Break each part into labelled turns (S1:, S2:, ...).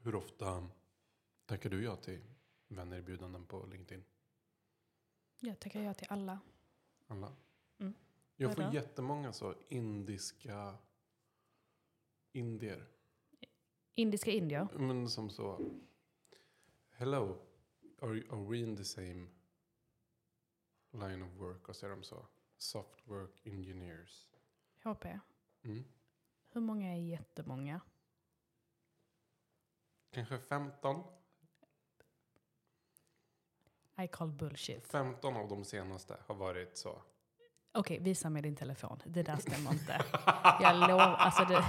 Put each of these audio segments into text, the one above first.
S1: Hur ofta tackar du ja till vänerbjudanden på LinkedIn?
S2: Jag tackar ja till alla.
S1: Alla?
S2: Mm.
S1: Jag får
S2: Vadå?
S1: jättemånga så indiska indier.
S2: Indiska indier.
S1: Men som så. Hello, are, are we in the same line of work? Och så är de så. Soft work engineers.
S2: HP.
S1: Mm.
S2: Hur många är jättemånga?
S1: Kanske 15?
S2: I call bullshit.
S1: 15 av de senaste har varit så.
S2: Okej, visa mig din telefon. Det där stämmer inte. Jag lovar. Alltså det,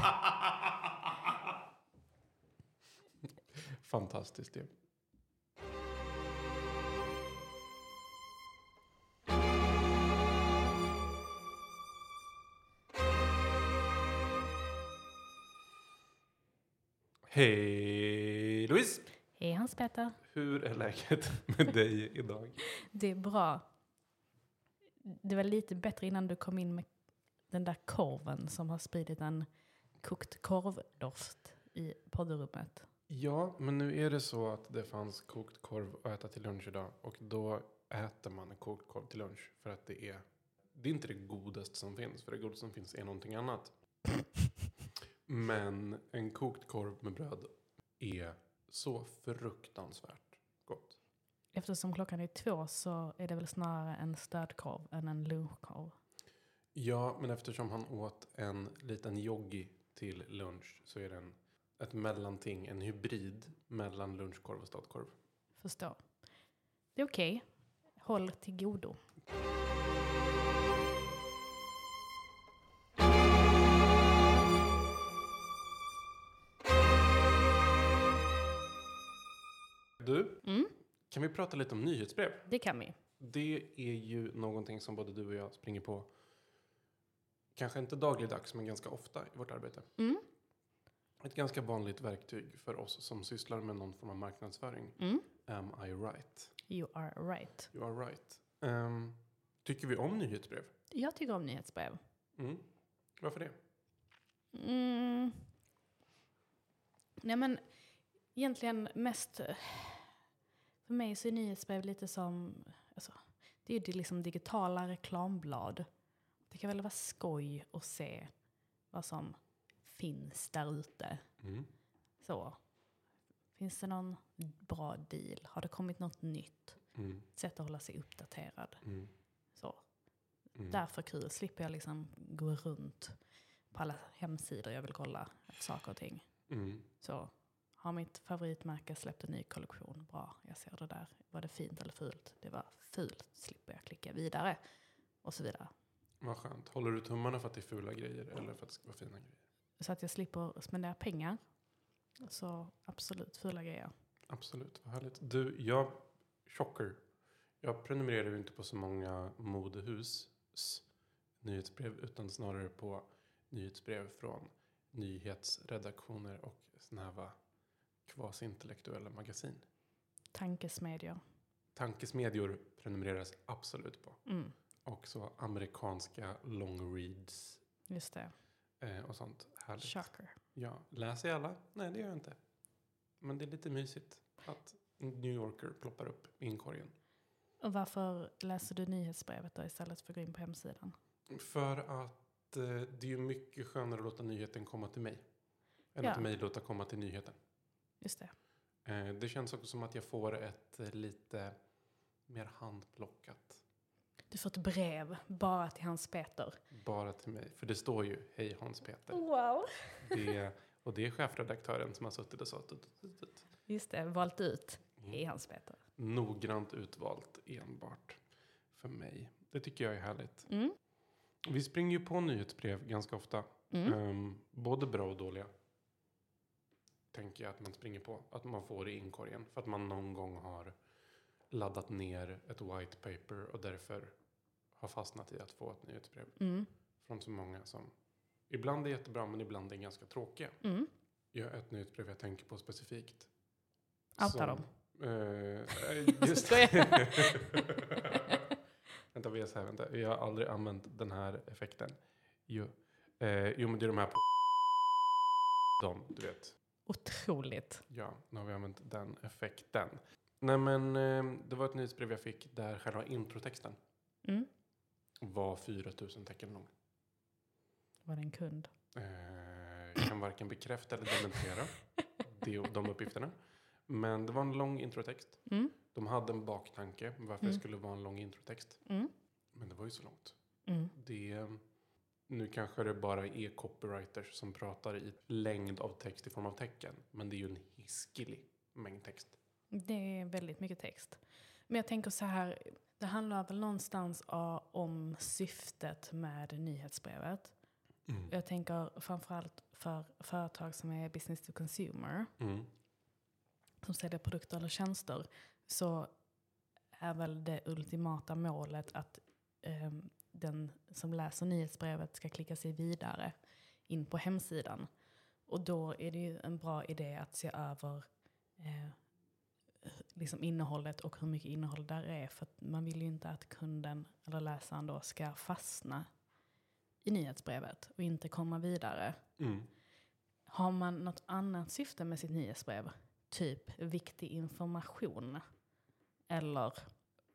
S1: Fantastiskt ju. Hej Louise!
S2: hej Hans Peter.
S1: Hur är läget med dig idag?
S2: Det är bra. Det var lite bättre innan du kom in med den där korven som har spridit en kokt korvdoft i poddrummet.
S1: Ja, men nu är det så att det fanns kokt korv att äta till lunch idag. Och då äter man kokt korv till lunch. För att det är, det är inte det godaste som finns. För det godaste som finns är någonting annat. Men en kokt korv med bröd är så fruktansvärt gott.
S2: Eftersom klockan är två så är det väl snarare en stödkorv än en lunchkorv.
S1: Ja, men eftersom han åt en liten yogi till lunch så är den ett mellanting, en hybrid mellan lunchkorv och stadkorv.
S2: Förstå. Det är okej. Håll till godo.
S1: Du,
S2: Mm,
S1: kan vi prata lite om nyhetsbrev?
S2: det kan vi.
S1: Det är ju någonting som både du och jag springer på. Kanske inte dagligdags, men ganska ofta i vårt arbete.
S2: Mm,
S1: Ett ganska vanligt verktyg för oss som sysslar med någon form av marknadsföring.
S2: mm.
S1: Am I right?
S2: You are right.
S1: You are right. Ehm, tycker vi om nyhetsbrev?
S2: Jag tycker om nyhetsbrev.
S1: Mm. Varför det?
S2: Mm. Nej men egentligen mest eh, för mig så är nyhetsbrev lite som, alltså, det är ju det liksom digitala reklamblad. Det kan väl vara skoj att se vad som finns där ute.
S1: Mm,
S2: Så. Finns det någon bra deal? Har det kommit något nytt?
S1: Mm.
S2: Ett sätt att hålla sig uppdaterad.
S1: Mm.
S2: Så.
S1: Mm.
S2: Därför kul, slipper jag liksom gå runt på alla hemsidor jag vill kolla efter saker och ting.
S1: Mm.
S2: Så har mitt favoritmärke släppt en ny kollektion, bra, jag ser det där. Var det fint eller fult? Det var fult, slipper jag klicka vidare. Och så vidare.
S1: Vad skönt. Håller du tummarna för att det är fula grejer eller för att det ska vara fina grejer?
S2: Så att jag slipper spendera pengar. Så absolut, fula grejer.
S1: Absolut, vad härligt. Du, jag... Chocker. Jag prenumererar ju inte på så många modehus nyhetsbrev utan snarare på nyhetsbrev från nyhetsredaktioner och såna här va, kvasintellektuella magasin.
S2: Tankesmedjor.
S1: Tankesmedjor prenumereras absolut på.
S2: Mm,
S1: Och så amerikanska long reads
S2: just det.
S1: eh, och sånt. Härligt.
S2: Shocker.
S1: Ja, läser jag alla? Nej, det gör jag inte. Men det är lite mysigt att New Yorker ploppar upp i inkorgen.
S2: Och varför läser du nyhetsbrevet då istället för att gå in på hemsidan?
S1: För att eh, det är ju mycket skönare att låta nyheten komma till mig. Än
S2: Ja.
S1: att mig låta komma till nyheten.
S2: Just det.
S1: Eh, det känns också som att jag får ett eh, lite mer handplockat.
S2: Du får ett brev bara till Hans Peter.
S1: Bara till mig. För det står ju Hej Hans Peter.
S2: Wow!
S1: Det, och det är chefredaktören som har suttit och sagt tut, tut, tut.
S2: Just det, valt ut i
S1: Mm.
S2: Hans Peter.
S1: Noggrant utvalt enbart för mig. Det tycker jag är härligt.
S2: Mm.
S1: Vi springer ju på nyhetsbrev ganska ofta.
S2: Mm.
S1: Ehm, både bra och dåliga. Tänker jag att man springer på. Att man får i inkorgen. För att man någon gång har laddat ner ett white paper och därför har fastnat i att få ett nyhetsbrev.
S2: Mm.
S1: Från så många som ibland är jättebra men ibland är ganska tråkiga.
S2: Mm.
S1: Jag har ett nyhetsbrev jag tänker på specifikt.
S2: Outa
S1: Som-
S2: dem.
S1: Eh, eh, just
S2: Skojar.
S1: vänta, vi gör så här, vänta. Jag har aldrig använt den här effekten. Jo, eh, jo men det är de här på... De, du vet.
S2: Otroligt.
S1: Ja, nu har vi använt den effekten. Nej men, eh, det var ett nyhetsbrev jag fick där själva introtexten
S2: Mm.
S1: var 4000 tecken lång.
S2: Var det en kund?
S1: Eh, jag kan varken bekräfta eller dementera de, de uppgifterna. Men det var en lång introtext.
S2: Mm.
S1: De hade en baktanke med varför det
S2: Mm.
S1: skulle vara en lång introtext.
S2: Mm.
S1: Men det var ju så långt.
S2: Mm.
S1: Det, eh, nu kanske det bara är copywriters som pratar i längd av text i form av tecken. Men det är ju en hiskelig mängd text.
S2: Det är väldigt mycket text. Men jag tänker så här, det handlar väl någonstans a- om syftet med nyhetsbrevet. Jag tänker framförallt för företag som är business to consumer,
S1: Mm.
S2: som säljer produkter eller tjänster, så är väl det ultimata målet att ehm, den som läser nyhetsbrevet ska klicka sig vidare in på hemsidan. Och då är det ju en bra idé att se över eh, liksom innehållet och hur mycket innehåll där är. För att man vill ju inte att kunden eller läsaren då ska fastna i nyhetsbrevet och inte komma vidare.
S1: Mm.
S2: Har man något annat syfte med sitt nyhetsbrev? Typ viktig information. Eller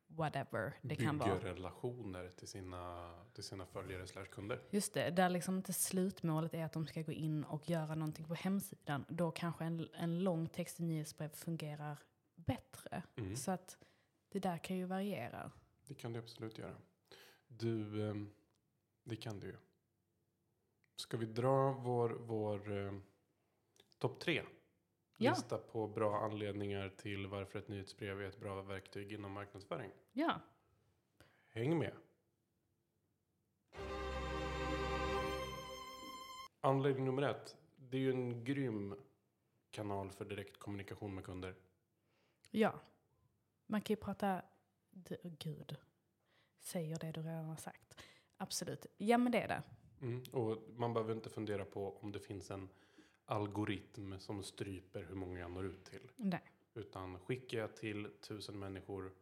S2: whatever det
S1: Bygger
S2: kan vara.
S1: relationer till sina, till sina följare slash kunder.
S2: Just det, där liksom inte slutmålet är att de ska gå in och göra någonting på hemsidan. Då kanske en, en lång text i nyhetsbrev fungerar bättre.
S1: Mm.
S2: Så att det där kan ju variera.
S1: Det kan du absolut göra. Du, ehm, det kan du ju. Ska vi dra vår, vår ehm, topp tre?
S2: Ja.
S1: Lista på bra anledningar till varför ett nyhetsbrev är ett bra verktyg inom marknadsföring.
S2: Ja,
S1: Häng med! Anledning nummer ett. Det är ju en grym kanal för direktkommunikation med kunder.
S2: ja. Man kan ju prata... Du, gud, säger det du redan har sagt. Absolut. Ja, men det är det.
S1: Mm. Och man behöver inte fundera på om det finns en algoritm som stryper hur många jag når ut till.
S2: Nej.
S1: Utan skickar jag till tusen människor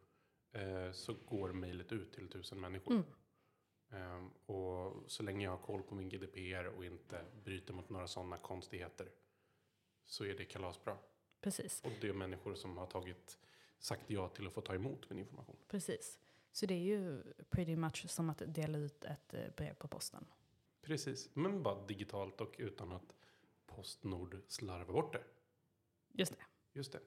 S1: eh, så går mejlet ut till tusen människor.
S2: Mm.
S1: Ehm, och så länge jag har koll på min GDPR och inte bryter mot några sådana konstigheter så är det kalasbra.
S2: Precis,
S1: Och det är människor som har tagit, sagt ja till att få ta emot min information.
S2: precis. Så det är ju pretty much som att dela ut ett eh, brev på posten.
S1: Precis, men bara digitalt och utan att Postnord slarvar bort det.
S2: Just det.
S1: Just det.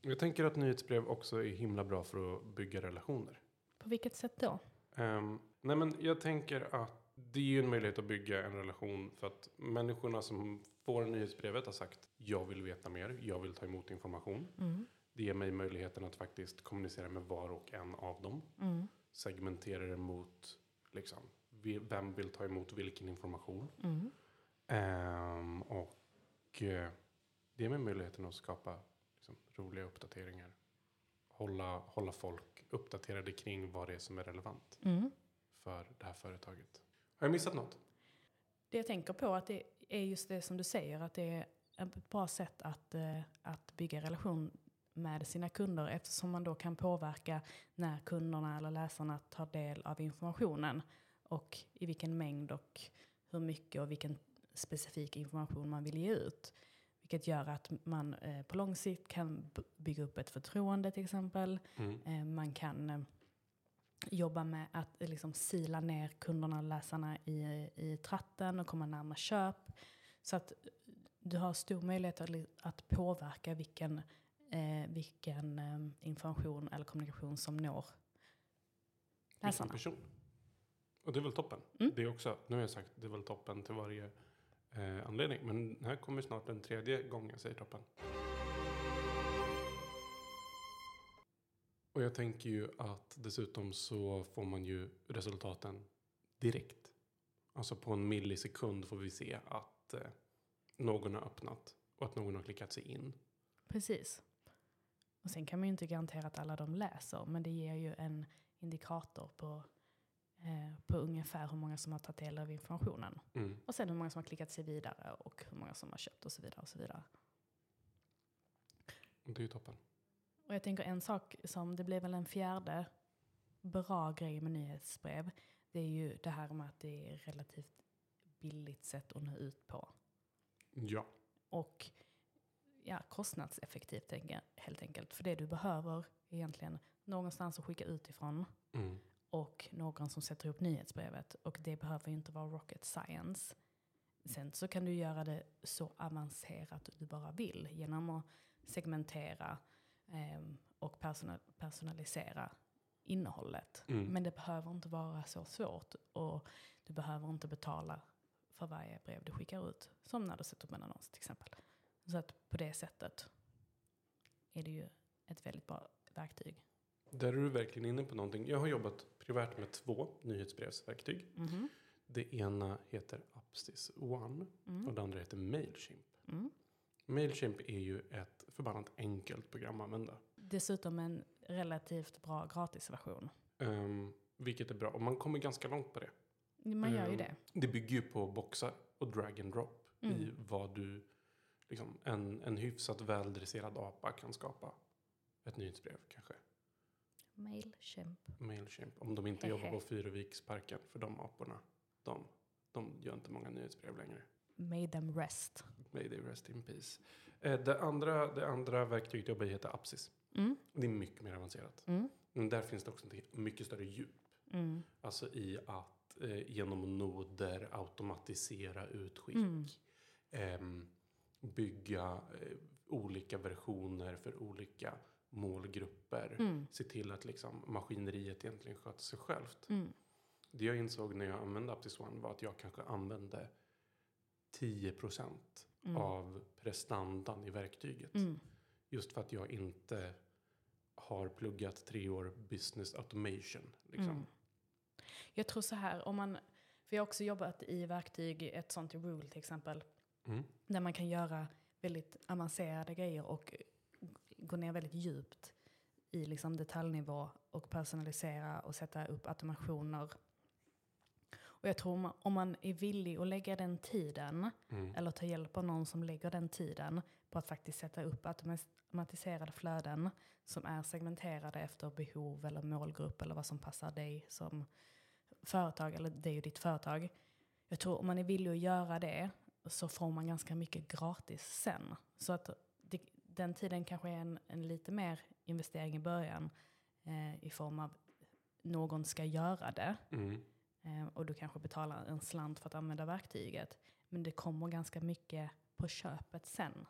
S1: Jag tänker att nyhetsbrev också är himla bra för att bygga relationer.
S2: På vilket sätt då?
S1: Ehm, nej men jag tänker att det är ju en möjlighet att bygga en relation för att människorna som får nyhetsbrevet har sagt jag vill veta mer, jag vill ta emot information.
S2: Mm.
S1: Det ger mig möjligheten att faktiskt kommunicera med var och en av dem.
S2: Mm.
S1: Segmentera det mot liksom, vi- vem vill ta emot vilken information.
S2: Mm.
S1: Ehm, och eh, det med möjligheten att skapa liksom, roliga uppdateringar. Hålla, hålla folk uppdaterade kring vad det är som är relevant
S2: Mm.
S1: för det här företaget. Har jag missat något?
S2: Det jag tänker på att det är just det som du säger, att det är ett bra sätt att, eh, att bygga relation med sina kunder eftersom man då kan påverka när kunderna eller läsarna tar del av informationen och i vilken mängd och hur mycket och vilken specifik information man vill ge ut. Vilket gör att man eh, på lång sikt kan b- bygga upp ett förtroende till exempel.
S1: Mm.
S2: Eh, Man kan eh, jobba med att eh, liksom sila ner kunderna och läsarna i, i tratten och komma närmare köp. Så att eh, du har stor möjlighet att, li- att påverka vilken, eh, vilken eh, information eller kommunikation som når
S1: Vilken
S2: läsarna.
S1: person. Och det är väl toppen.
S2: Mm.
S1: Det är också, nu har jag sagt det är väl toppen till varje eh, anledning. Men här kommer snart den tredje gången jag säger toppen. Och jag tänker ju att dessutom så får man ju resultaten direkt. Alltså på en millisekund får vi se att eh, någon har öppnat och att någon har klickat sig in.
S2: Precis. Och sen kan man ju inte garantera att alla de läser, men det ger ju en indikator på, eh, på ungefär hur många som har tagit del av informationen.
S1: Mm.
S2: Och sen hur många som har klickat sig vidare och hur många som har köpt och så vidare. Och så vidare.
S1: Och det är ju toppen.
S2: Och jag tänker en sak som, det blir väl en fjärde bra grej med nyhetsbrev, det är ju det här med att det är relativt billigt sätt att nå ut på.
S1: Ja.
S2: Och ja, kostnadseffektivt tänker jag, helt enkelt. För det du behöver är egentligen någonstans att skicka utifrån
S1: Mm.
S2: och någon som sätter ihop nyhetsbrevet. Och det behöver ju inte vara rocket science. Sen så kan du göra det så avancerat du bara vill genom att segmentera ehm, och persona- personalisera innehållet.
S1: Mm.
S2: Men det behöver inte vara så svårt och du behöver inte betala för varje brev du skickar ut. Som när du sätter upp en annons till exempel. Så att på det sättet är det ju ett väldigt bra verktyg.
S1: Där är du verkligen inne på någonting. Jag har jobbat privat med två nyhetsbrevsverktyg.
S2: Mhm.
S1: Det ena heter Upsys One och
S2: Mm.
S1: det andra heter Mailchimp.
S2: Mm.
S1: Mailchimp är ju ett förbannat enkelt program att använda.
S2: Dessutom en relativt bra gratisversion.
S1: Ehm, vilket är bra. Och man kommer ganska långt på det.
S2: Man gör ju
S1: Mm.
S2: det.
S1: Det bygger ju på boxar och drag and drop i
S2: Mm.
S1: vad du, liksom, en, en hyfsat väldresserad apa kan skapa. Ett nyhetsbrev kanske.
S2: Mailchimp.
S1: Mailchimp. Om de inte
S2: Hehe.
S1: jobbar på Fyroviksparken, för de aporna, de, de gör inte många nyhetsbrev längre.
S2: Made them rest.
S1: May they rest in peace. Eh, det, andra, det andra verktyget jag jobbar i heter Apsis.
S2: Mm.
S1: Det är mycket mer avancerat.
S2: Mm.
S1: Men där finns det också ett mycket större djup.
S2: Mm.
S1: Alltså i att eh, genom noder automatisera utskick.
S2: Mm.
S1: ehm, bygga eh, olika versioner för olika målgrupper.
S2: Mm.
S1: Se till att liksom, maskineriet egentligen sköter sig självt.
S2: Mm.
S1: Det jag insåg när jag använde Aptis One var att jag kanske använde 10%
S2: Mm.
S1: av prestandan i verktyget.
S2: Mm.
S1: Just för att jag inte har pluggat tre år business automation. Liksom.
S2: Mm. Jag tror så här, om man, för jag har också jobbat i verktyg, ett sånt i Rule till exempel,
S1: Mm.
S2: där man kan göra väldigt avancerade grejer och gå ner väldigt djupt i liksom detaljnivå och personalisera och sätta upp automationer. Och jag tror om man- om man är villig att lägga den tiden,
S1: Mm.
S2: eller ta hjälp av någon som lägger den tiden på att faktiskt sätta upp automas- automatiserade flöden som är segmenterade efter behov eller målgrupp eller vad som passar dig som företag eller dig och ditt företag. Jag tror om man är villig att göra det så får man ganska mycket gratis sen. Så att det, den tiden kanske är en, en lite mer investering i början eh, i form av någon ska göra det.
S1: Mm.
S2: Eh, och du kanske betalar en slant för att använda verktyget. Men det kommer ganska mycket på köpet sen.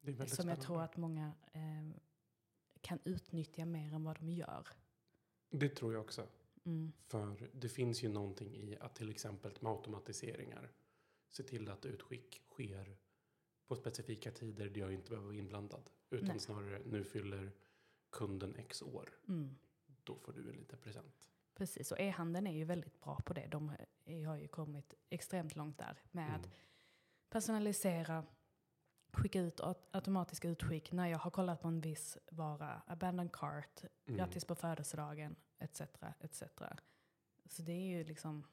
S1: Det är väldigt
S2: som jag
S1: spännande.
S2: tror att många eh, kan utnyttja mer än vad de gör.
S1: Det tror jag också.
S2: Mm.
S1: För det finns ju någonting i att till exempel med automatiseringar se till att utskick sker på specifika tider där jag inte behöver vara inblandad. Utan
S2: Nej.
S1: snarare nu fyller kunden X år,
S2: Mm.
S1: då får du en liten present.
S2: Precis, och e-handeln är ju väldigt bra på det. De eh, har ju kommit extremt långt där med att
S1: Mm.
S2: personalisera, skicka ut aut- automatiska utskick när jag har kollat på en viss vara, abandoned cart,
S1: Mm.
S2: grattis på födelsedagen, etc. etc. Så det är ju liksom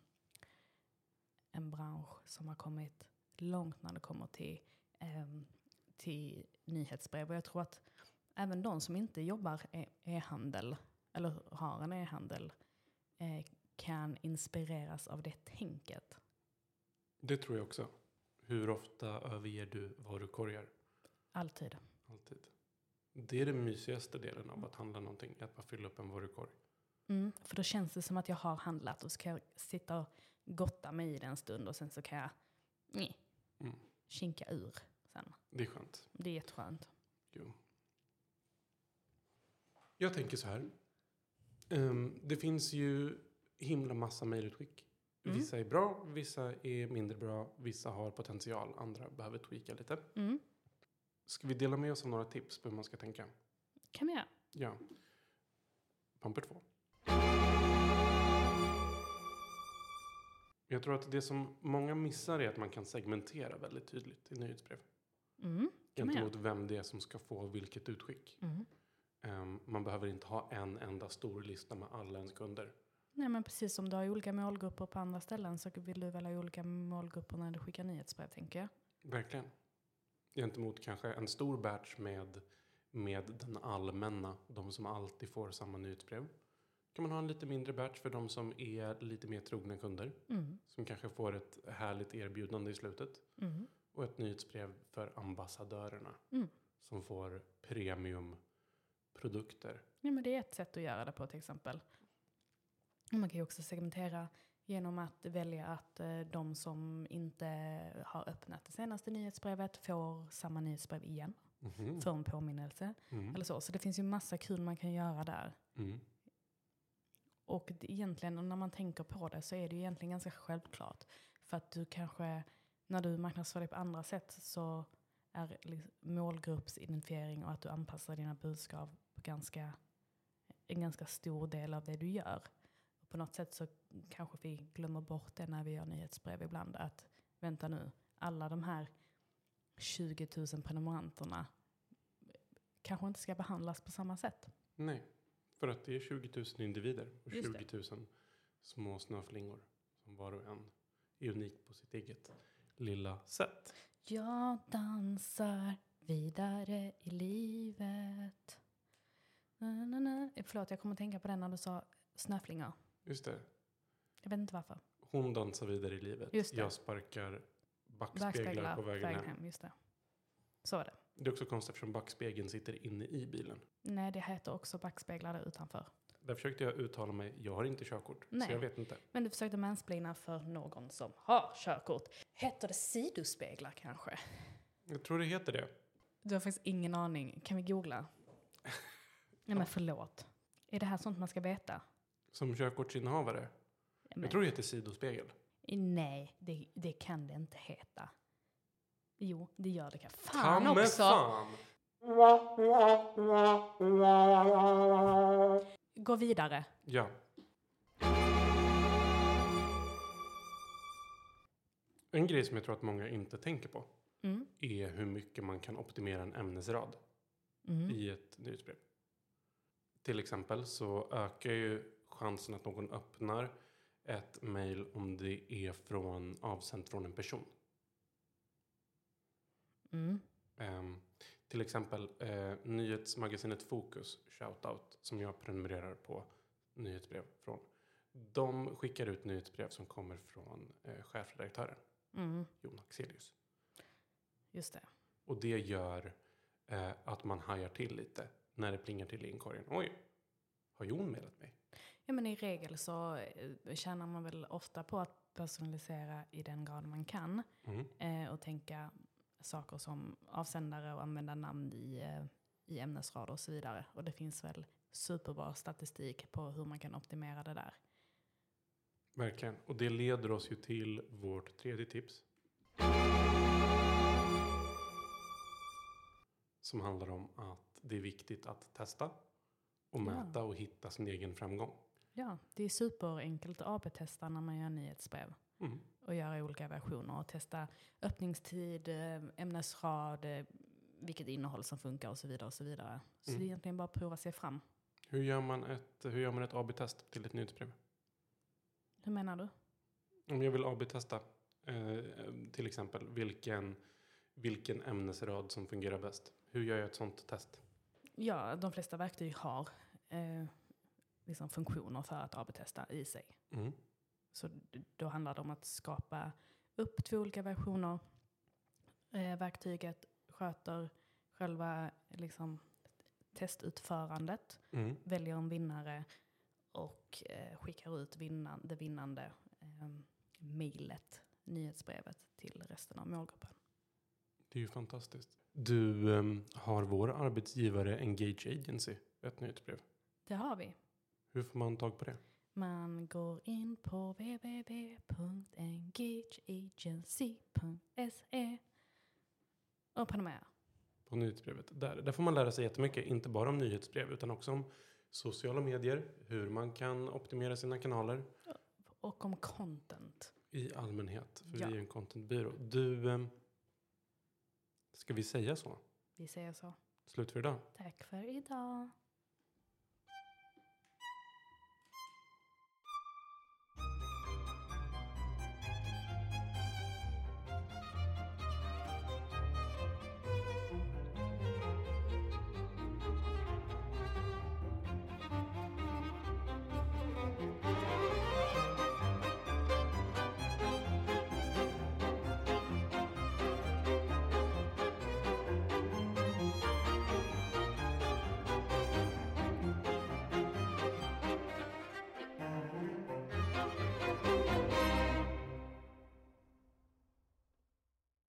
S2: en bransch som har kommit långt när det kommer till, ehm, till nyhetsbrev. Och jag tror att även de som inte jobbar e- e-handel, eller har en e-handel, eh, kan inspireras av det tänket.
S1: Det tror jag också. Hur ofta överger du varukorgar?
S2: Alltid.
S1: Alltid. Det är den mysigaste delen av att handla någonting, att bara fylla upp en varukorg.
S2: Mm, för då känns det som att jag har handlat och så kan jag sitta och gotta mig i det en stund och sen så kan jag nej,
S1: Mm.
S2: kinka ur sen.
S1: Det är skönt.
S2: Det är jätteskönt.
S1: Jo. Jag tänker så här. Ehm, det finns ju himla massa mejlutskick.
S2: Mm.
S1: Vissa är bra, vissa är mindre bra, vissa har potential, andra behöver tweaka lite.
S2: Mm,
S1: Ska vi dela med oss av några tips på hur man ska tänka?
S2: kan vi göra.
S1: Ja. Pumper två. Jag tror att det som många missar är att man kan segmentera väldigt tydligt i nyhetsbrev.
S2: Mm, kan man göra.
S1: Gentemot vem det är som ska få vilket utskick.
S2: Mm.
S1: Ehm, man behöver inte ha en enda stor lista med alla ens kunder.
S2: Nej, men precis som du har olika målgrupper på andra ställen så vill du väl ha olika målgrupper när du skickar nyhetsbrev, tänker jag.
S1: Verkligen. Gentemot kanske en stor batch med, med den allmänna, de som alltid får samma nyhetsbrev. kan man ha en lite mindre batch för de som är lite mer trogna kunder.
S2: Mm.
S1: Som kanske får ett härligt erbjudande i slutet.
S2: Mm.
S1: Och ett nyhetsbrev för ambassadörerna.
S2: Mm.
S1: Som får premiumprodukter.
S2: Ja, men det är ett sätt att göra det på till exempel. Och Man kan ju också segmentera genom att välja att eh, de som inte har öppnat det senaste nyhetsbrevet får samma nyhetsbrev igen.
S1: Mhm.
S2: För en påminnelse.
S1: Mm.
S2: Mm-hmm. Eller så. så det finns ju massa kul man kan göra där.
S1: Mm.
S2: Och det, egentligen, och när man tänker på det så är det ju egentligen ganska självklart. För att du kanske, när du marknadsför dig på andra sätt så är liksom målgruppsidentifiering och att du anpassar dina budskap på ganska, en ganska stor del av det du gör. Och på något sätt så kanske vi glömmer bort det när vi gör nyhetsbrev ibland. Att vänta nu, alla de här 20 000 prenumeranterna kanske inte ska behandlas på samma sätt.
S1: Nej, för att det är 20 000 individer och
S2: Just
S1: 20 000 små snöflingor som var och en är unik på sitt eget lilla sätt.
S2: Jag dansar vidare i livet. Na, na, na. Eh, Förlåt, jag kommer att tänka på den när du sa snöflingor.
S1: Just det,
S2: Jag vet inte varför.
S1: hon dansar vidare i livet.
S2: Just det.
S1: Jag sparkar backspeglar,
S2: Backspeglar
S1: på vägen hem.
S2: Just det. Så var det.
S1: Det är också konstigt eftersom backspegeln sitter inne i bilen.
S2: Nej, det heter också backspeglar där utanför.
S1: Där försökte jag uttala mig, jag har inte körkort,
S2: Nej.
S1: så jag vet inte.
S2: Men du försökte mansplaina för någon som har körkort. Heter det sidospeglar kanske?
S1: Jag tror det heter det.
S2: Du har faktiskt ingen aning. Kan vi googla? Nej, men förlåt. Är det här sånt man ska veta?
S1: Som körkortsinnehavare.
S2: Men-
S1: Jag tror det heter sidospegel.
S2: Nej, det, det kan det inte heta. Jo, det gör det. Kan.
S1: Ta
S2: Fan
S1: mig
S2: också!
S1: fan!
S2: Gå vidare.
S1: Ja. En grej som jag tror att många inte tänker på
S2: Mm.
S1: är hur mycket man kan optimera en ämnesrad
S2: Mm.
S1: i ett nyhetsbrev. Till exempel så ökar ju chansen att någon öppnar ett mejl om det är från, avsänt från en person.
S2: Mm.
S1: Ehm, till exempel eh, nyhetsmagasinet Fokus, shoutout, som jag prenumererar på nyhetsbrev från. De skickar ut nyhetsbrev som kommer från eh, chefredaktören
S2: Mm.
S1: Jon Axelius.
S2: Just det.
S1: Och det gör eh, att man hajar till lite när det plingar till i inkorgen. Oj, har Jon mejlat mig?
S2: Ja, men I regel så eh, tjänar man väl ofta på att personalisera i den grad man kan
S1: Mm.
S2: eh, och tänka saker som avsändare och använda namn i, eh, i ämnesrader och så vidare. Och det finns väl superbra statistik på hur man kan optimera det där.
S1: Verkligen. Och det leder oss ju till vårt tredje tips. Som handlar om att det är viktigt att testa och
S2: Ja.
S1: mäta och hitta sin egen framgång.
S2: Ja, det är superenkelt att AB-testa när man gör nyhetsbrev.
S1: Mm.
S2: och göra olika versioner och testa öppningstid, eh, ämnesrad, eh, vilket innehåll som funkar och så vidare. och Så vidare. Så
S1: Mm.
S2: det är egentligen bara att prova sig fram.
S1: Hur gör man ett, hur gör man ett AB-test till ett nyhetsbrev?
S2: Hur menar du?
S1: Om jag vill AB-testa eh, till exempel vilken, vilken ämnesrad som fungerar bäst. Hur gör jag ett sånt test?
S2: Ja, de flesta verktyg har eh, liksom funktioner för att AB-testa i sig.
S1: Mm.
S2: Så d- då handlar det om att skapa upp två olika versioner. Eh, verktyget sköter själva liksom, testutförandet.
S1: Mm.
S2: väljer en vinnare och eh, skickar ut vinnan, det vinnande eh, mejlet, nyhetsbrevet till resten av målgruppen.
S1: Det är ju fantastiskt. Du, ehm, har vår arbetsgivare Engage Agency ett nyhetsbrev?
S2: Det har vi.
S1: Hur får man tag på det?
S2: Man går in på www.engageagency.se och prenumererar.
S1: På nyhetsbrevet. Där, där får man lära sig jättemycket, inte bara om nyhetsbrev utan också om sociala medier, hur man kan optimera sina kanaler
S2: Och om content.
S1: i allmänhet. För vi
S2: Ja.
S1: är ju en contentbyrå. Du, ehm, ska vi säga så?
S2: Vi säger så.
S1: Slut för idag.
S2: Tack för idag.